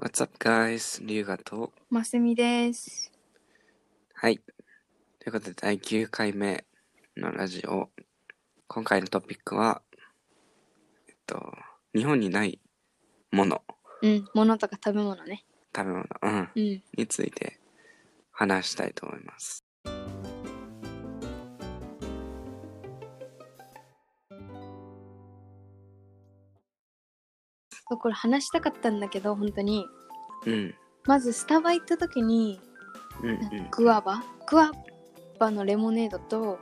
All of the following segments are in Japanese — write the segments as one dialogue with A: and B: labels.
A: What's up, guys? リュウガと。
B: マスミです。
A: はい。ということで、第9回目のラジオ。今回のトピックは、えっと、日本にないもの、
B: うん。物とか食べ物ね。
A: 食べ物、うん、
B: うん。
A: について話したいと思います。
B: そうこれ話したかったんだけど、本当に。
A: うん、
B: まずスタバ行った時に、
A: うん、うん。
B: グアバグアバのレモネードと、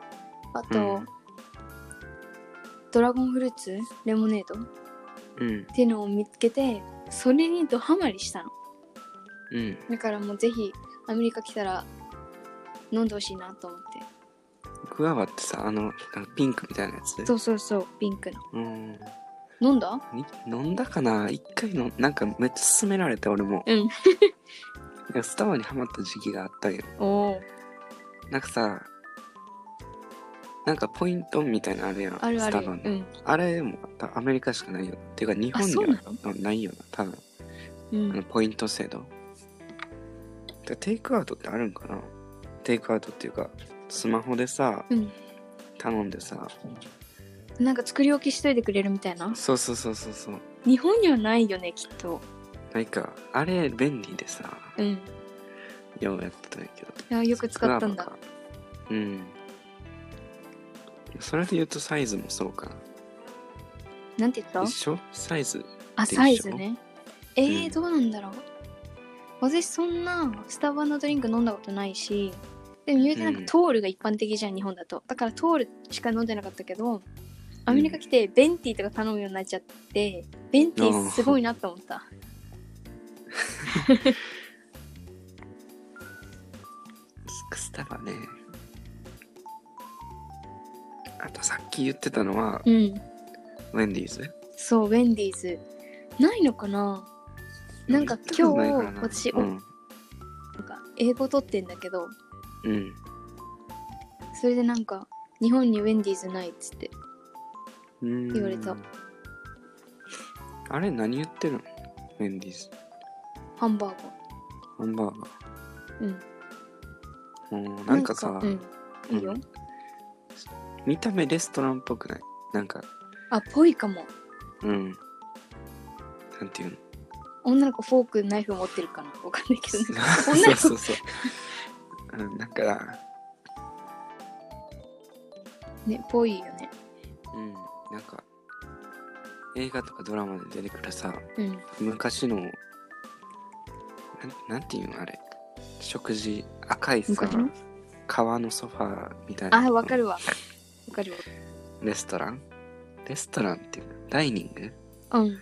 B: あと、
A: うん
B: ドラゴンフルーツレモネードっ
A: うん、
B: ていうのを見つけて、それにドハマりしたの。
A: うん。
B: だからもうぜひ、アメリカ来たら飲んでほしいなと思って。
A: グアバってさ、あの、なんかピンクみたいなやつ
B: そうそうそう、ピンクの。
A: うん。い
B: 飲んだ
A: 飲んだかな一回の、なんかめっちゃ勧められて、俺も。
B: うん。
A: なんかスタバにハマった時期があったけど。
B: おお。
A: なんかさ、なんかポイントみたいなのあるやん。
B: あるあ
A: スタ
B: る。
A: バ
B: う
A: の
B: ん。
A: あれでもたアメリカしかないよ。っていうか日本
B: あそう
A: に
B: な
A: はないよな、多分。
B: う
A: あの
B: ん。
A: ポイント制度。でテイクアウトってあるんかなテイクアウトっていうか、スマホでさ、
B: うん。
A: 頼んでさ、
B: なんか作り置きしといてくれるみたいな。
A: そうそうそうそうそう。
B: 日本にはないよねきっと
A: なんか、あれ便利でさ、
B: うんい
A: ようやってたんやけど。
B: やよく使ったんだ
A: グアバか。うん。それで言うとサイズもそうか。
B: なんて言った
A: 一緒サイズ。
B: あ
A: でしょ
B: サイズねえー
A: うん
B: どうなんだろう私そんなスタバのドリンク飲んだことないしでも言うてなんか
A: うん
B: トールが一般的じゃん日本だとだからトールしか飲んでなかったけどアメリカ来てベンティーとか頼むようになっちゃってベンティーすごいなと思った
A: スタバね。あとさっき言ってたのは、
B: うん
A: ウェンディーズ。
B: そうウェンディーズないのかななんか
A: 行
B: 今日
A: ったことないからな
B: 私
A: う
B: お
A: ん。
B: なんか英語取ってんだけど
A: うん。
B: それでなんか日本にウェンディーズないっつって
A: うん
B: 言われた。
A: あれ何言ってるのウェンディーズ。
B: ハンバーガー
A: ハンバーガ
B: うん
A: ー。もうなんかさ、
B: うん、いいよ、
A: うん見た目レストランっぽくないなんか、
B: あぽいかも
A: うん。なんていうの
B: 女の子フォークナイフ持ってるかなわかんないけどね 女
A: そ
B: の
A: う
B: 子
A: そうそう。うん、だから、
B: ねぽいよね
A: うん、なんか、映画とかドラマで出てくるさ、
B: うん
A: 昔のなんなんていうのあれ食事赤いさ
B: 昔の
A: 革のソファーみたいな
B: あわか
A: る
B: るわわかる
A: レストランレストランっていうかダイニング
B: わうん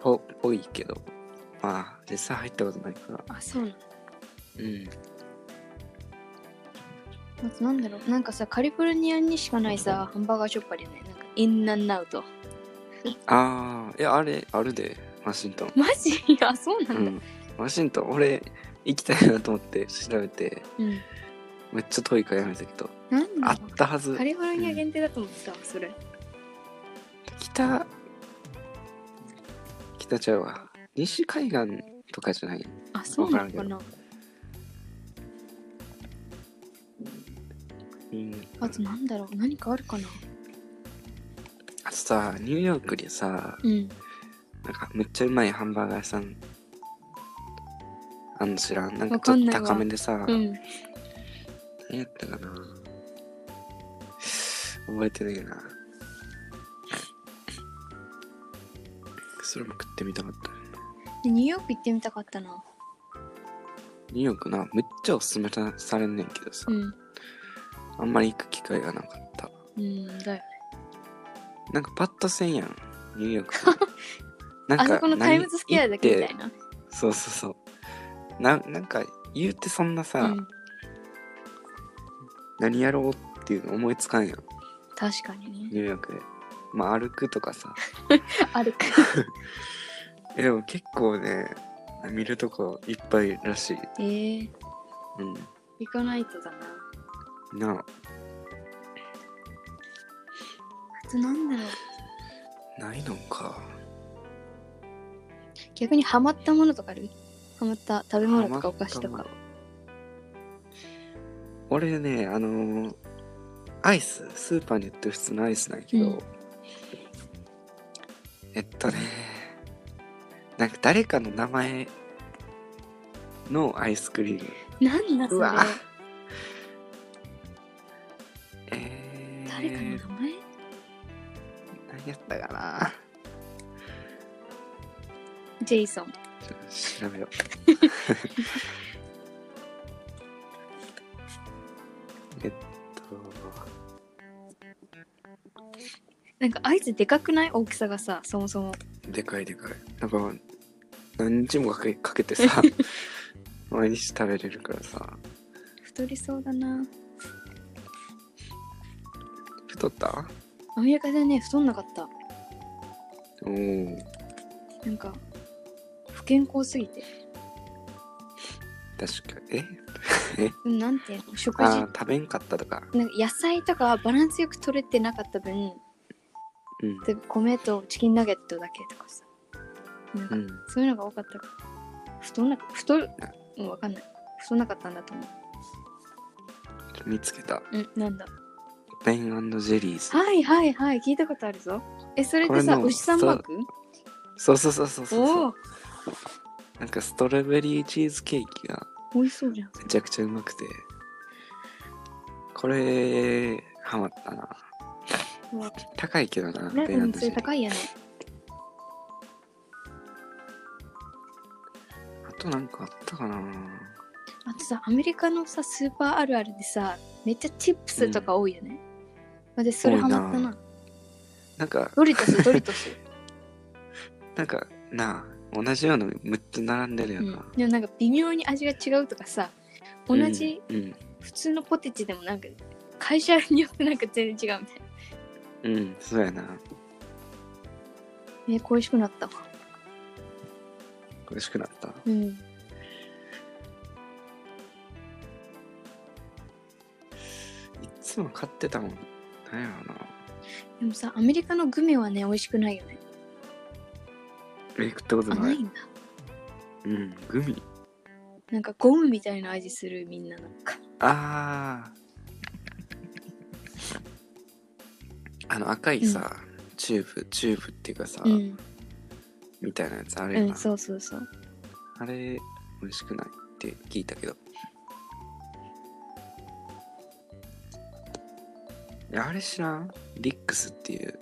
A: ぽぽいけどまあ実際入ったことないから
B: あそうなの
A: うん
B: あとなんだろうなんかさカリフォルニアにしかないさハンバーガーショップあるよねなんかインナンナウト
A: ああいやあれあるでワシントン
B: マジあそうな
A: うん
B: だ
A: んワシントン俺行きたいなと思って調べて
B: うん、
A: めっちゃ遠いからやめたけど
B: なん
A: あ
B: だ
A: っ
B: ろう
A: たはず
B: カリフォルニア限定だと思ってたわそれ
A: 北北ちゃうわ西海岸とかじゃない
B: あそうなのかな
A: うん
B: あとなんだろう何かあるかな
A: あとさニューヨークでさ
B: うん
A: なんかめっちゃうまいハンバーガー屋さんあの知らんなんか
B: わ
A: ちょ
B: かん
A: っと
B: ないわ
A: 高めでさ、
B: うん
A: 何やったかな覚えてないなそれも食ってみたかった
B: でニューヨーク行ってみたかったな。
A: ニューヨークなめっちゃおすすめさされんねんけどさ、
B: うん。
A: あんまり行く機会がなかった
B: うん、だよ。
A: なんかパッとせんやんニューヨー クなんか
B: あそこのタイムズスクエアだけみたい
A: な
B: な。
A: そうそうそうななんか言うてそんなさ、
B: うん。
A: 何やろうっていうの思いつかんやん
B: 確かに
A: ニ
B: ね。
A: ューヨークでまあ歩くとかさ
B: あるか。
A: えでも結構ね見るとこいっぱいらしいう
B: えー、行かないとだな。
A: んな
B: あとなんだろう。
A: ないのか
B: 逆にハマったものとかあるハマった食べ
A: ハマ
B: 物
A: った
B: とかお菓子と
A: も
B: か
A: の。俺ねあのーアイススーパーに売ってる普通のアイスなんやけど、
B: うん
A: えっとねなんか誰かの名前のアイスクリーム
B: なんだそうれ
A: わえー、
B: 誰かの名前
A: 何やったかな
B: ジェイソン。
A: ちょっと調べ ようえっと
B: なんかアイスでかくない大きさがさ、そもそも。
A: でかいでかいなんか何日もかけかけて さ毎日食べれるからさ
B: 太りそうだな。
A: 太った
B: アメリカでね、太んなかった。
A: おお
B: なんか、不健康すぎて。
A: 確かえ
B: うんなんていうの食事。
A: あ
B: なんか
A: ー食べんかったとか
B: 野菜とかはバランスよく取れてなかった分、
A: うん
B: 例えば米とチキンナゲットだけとかさ。なんか
A: うん
B: そういうのが多かったから。太んな、太る、うん、わかんない。太んなかったんだと思
A: 見つけた
B: う。うん、なんだ。
A: ベンジェリーズ
B: はいはいはい、聞いたことあるぞ。え、それってさ、
A: これの
B: 牛さんマーク
A: そうそうそうそうそう
B: お
A: そ
B: お
A: うなんかストロベリーチーズケーキが
B: 美味しそうじゃん。
A: めちゃくちゃうまくてこれハマったな
B: うわ
A: 高いけどな
B: ね、
A: ベン
B: うん、
A: ジ
B: そ
A: ェリ
B: れ
A: ー
B: 高いよね。
A: あとなんかあったかな
B: あとさ、アメリカのさ、スーパーあるあるでさ、めっちゃチップスとか多いよね。までそれ
A: 多い
B: ハ
A: な
B: マったな。
A: なんか
B: ドリトス、ドリ トス。
A: なんかなあ同じような6つ並んでる
B: う
A: よな、
B: ん、でもなんか微妙に味が違うとかさ、同じ
A: うんうん、
B: 普通のポテチでもなんか、会社によってなんか全然違うみたいな。
A: うん、そうやな
B: ね、恋しくなったわ。
A: 苦しくなった
B: うん。
A: いつも買ってたもんなんやろな
B: でもさ、アメリカのグミはね、美味しくないよね。
A: え食ったこと
B: あ、
A: ない
B: ないんだ。
A: うんグミ
B: なんかゴムみたいな味する、みんななんか。
A: あああの赤いさ、チューブチューブっていうかさ、
B: うん。
A: みたいなやつあれ
B: う
A: よ
B: ん、
A: な、
B: そうそうそう。
A: あれ美味しくないって聞いたけどいやあれ知らんリックスっていう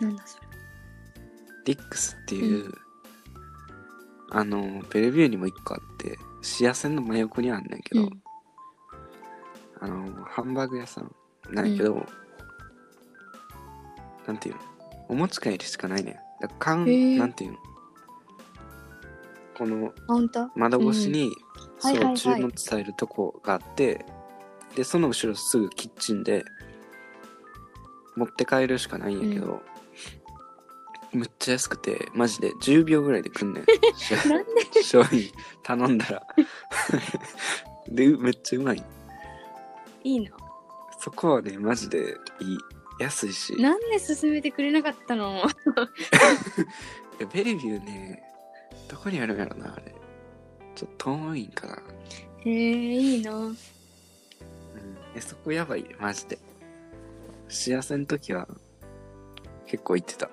B: なんだそれ。
A: リックスっていう、あのベルビューにも一個あって幸せの真横にあんねんけど、
B: うん
A: あのハンバーグ屋さんなんやけど、なんていうのお持ち帰りしかないねんだから買う
B: へー
A: なんていうのこの
B: あ、本当
A: 窓越しに、
B: はいはい
A: そ
B: は
A: う
B: い
A: 注文伝えるとこがあってでその後ろすぐキッチンで持って帰るしかないんやけど、むっちゃ安くてマジで10秒ぐらいで来 んねん
B: なんで
A: 商品頼んだら でめっちゃうまい
B: いいの
A: そこはねマジでいい安いし
B: なんで勧めてくれなかったの
A: いやベルビューねどこにあるんやろなあれちょっと遠いんかな
B: へえいいの
A: うんえそこやばいマジで幸せの時は結構行ってた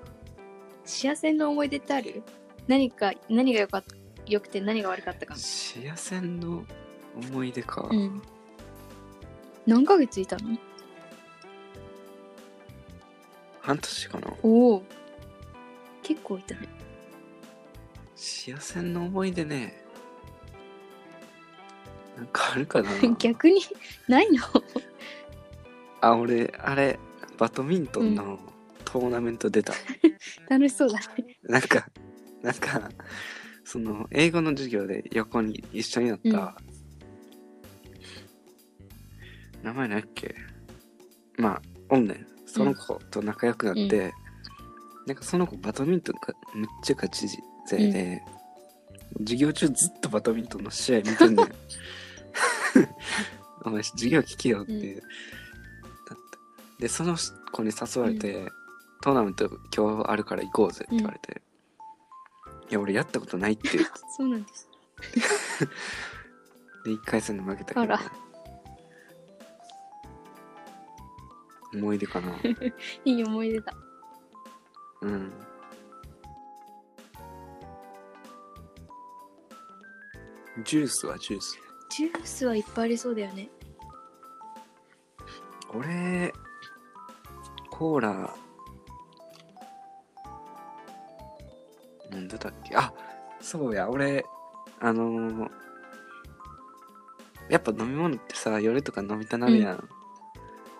B: 幸せの思い出ってある何か何がよかっよくて何が悪かったか
A: 幸せの思い出か、
B: うん何ヶ月いたの
A: 半年かな
B: おお結構いたね
A: 幸せの思い出ねなんかあるかな
B: 逆にないの
A: あ俺あれバドミントンのトーナメント出た、
B: 楽しそうだね
A: なんかなんかその英語の授業で横に一緒になった、名前なんだっけまあおんねんその子と仲良くなって、
B: うん
A: なんかその子バドミントンがめっちゃ勝ち勢で、授業中ずっとバドミントンの試合見てん ねんお前授業聞きよって、
B: うん
A: だってでその子に誘われて、トーナメント今日あるから行こうぜって言われて、や、俺やったことない って言って、
B: そうなんです。
A: で、1回戦で負けたけ
B: あ
A: ど
B: ら。
A: 思い出 かな。
B: いい思い出だ。
A: うん。ジュースはジュース。
B: ジュースはいっぱいありそうだよね。
A: 俺、コーラ、飲んでたっけあ、そうや、俺、あのーやっぱ飲み物ってさ、夜とか飲みたなるやん。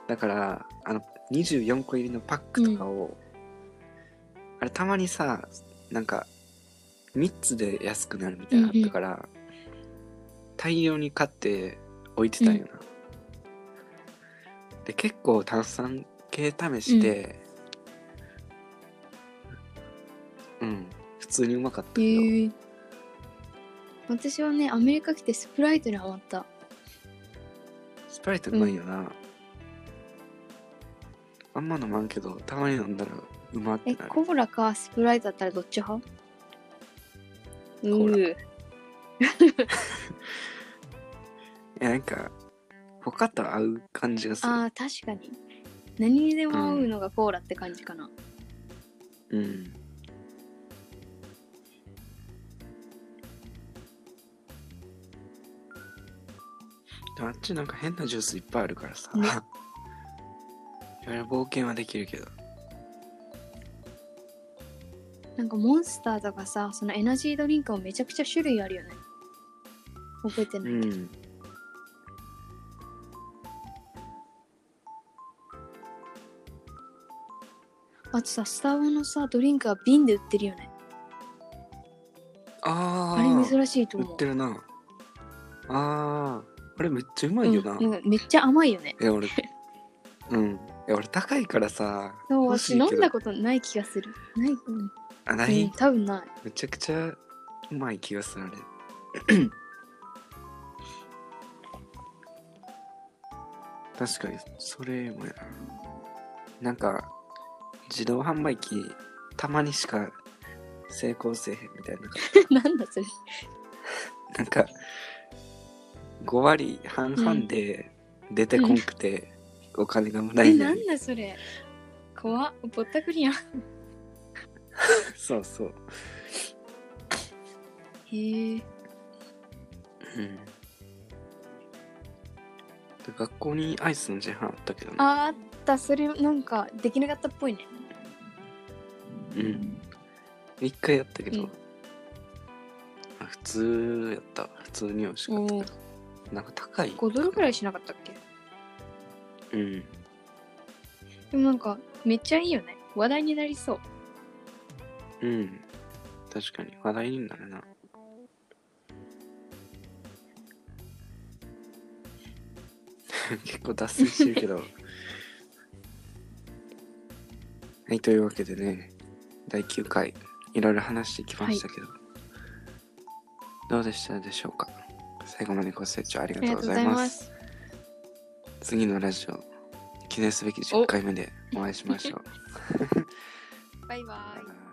A: だから、あの、24個入りのパックとかを、あれたまにさ、なんか、3つで安くなるみたいなのあったから、大量に買って置いてたんよな。で結構炭酸系試してうん、普通にうまかったけ
B: へ
A: ど、
B: え。私はね、アメリカ来てスプライトにハマった。
A: スプライトうまいよな、あんま飲まんけどたまに飲んだらうまって
B: え、
A: なる
B: コーラかスプライトだったらどっち派う
A: ー
B: ー。
A: いやなんか他と合う感じがす
B: ああ、確かに。何にでも合うのがコーラって感じかな。
A: るうんでもあっちなんか変なジュースいっぱいあるからさ、
B: ね
A: いろいろ冒険はできるけど
B: なんかモンスターとかさ、そのエナジードリンクもめちゃくちゃ種類あるよね。覚えてない。
A: うん。
B: あとさ、スタバのさ、ドリンクは瓶で売ってるよね。
A: あ
B: あ
A: あ。
B: れ珍しいと
A: 売
B: 思
A: っ
B: う
A: て。るな。ああ。あれめっちゃうまいよな。
B: うん
A: い
B: んかめっちゃ甘いよね。
A: や、俺。うん。いや、俺高いからさ。
B: そう、
A: 欲し
B: 私
A: いけど
B: 飲んだことない気がする。ない、うん、
A: あ、な
B: うん
A: い。
B: 多分ない。
A: めちゃくちゃうまい気がするあれ。 確かに、それもやな。なんか、自動販売機、たまにしか成功せえへんみたい な。
B: なんだそれ。
A: なんか5割半々で出てこんくて、お金が無駄
B: え、
A: に
B: な
A: なる
B: んだそれ。怖っ。ぼったくりやん。へ
A: そうそう、
B: え。
A: うん、で学校にアイスの自販あったけどね
B: ああった、それなんかできなかったっぽいね。
A: うん一回やったけど、
B: うん
A: あ普通やった普通に美味しかった
B: お
A: けどなんか高い
B: 5ドルくらいしなかったっけ
A: うん
B: でもなんか、めっちゃいいよね。話題になりそう。
A: うん確かに話題になるな 結構脱線してるけど はいというわけでね第9回いろいろ話してきましたけど、どうでしたでしょうか最後までご清聴ありが
B: あ
A: と
B: り
A: うご
B: がとう
A: ざ
B: ござ
A: い
B: い
A: ま
B: ますす。
A: 次のラジオ記念すべき10回目でお会いしましょう
B: バイバイ。
A: バイバイ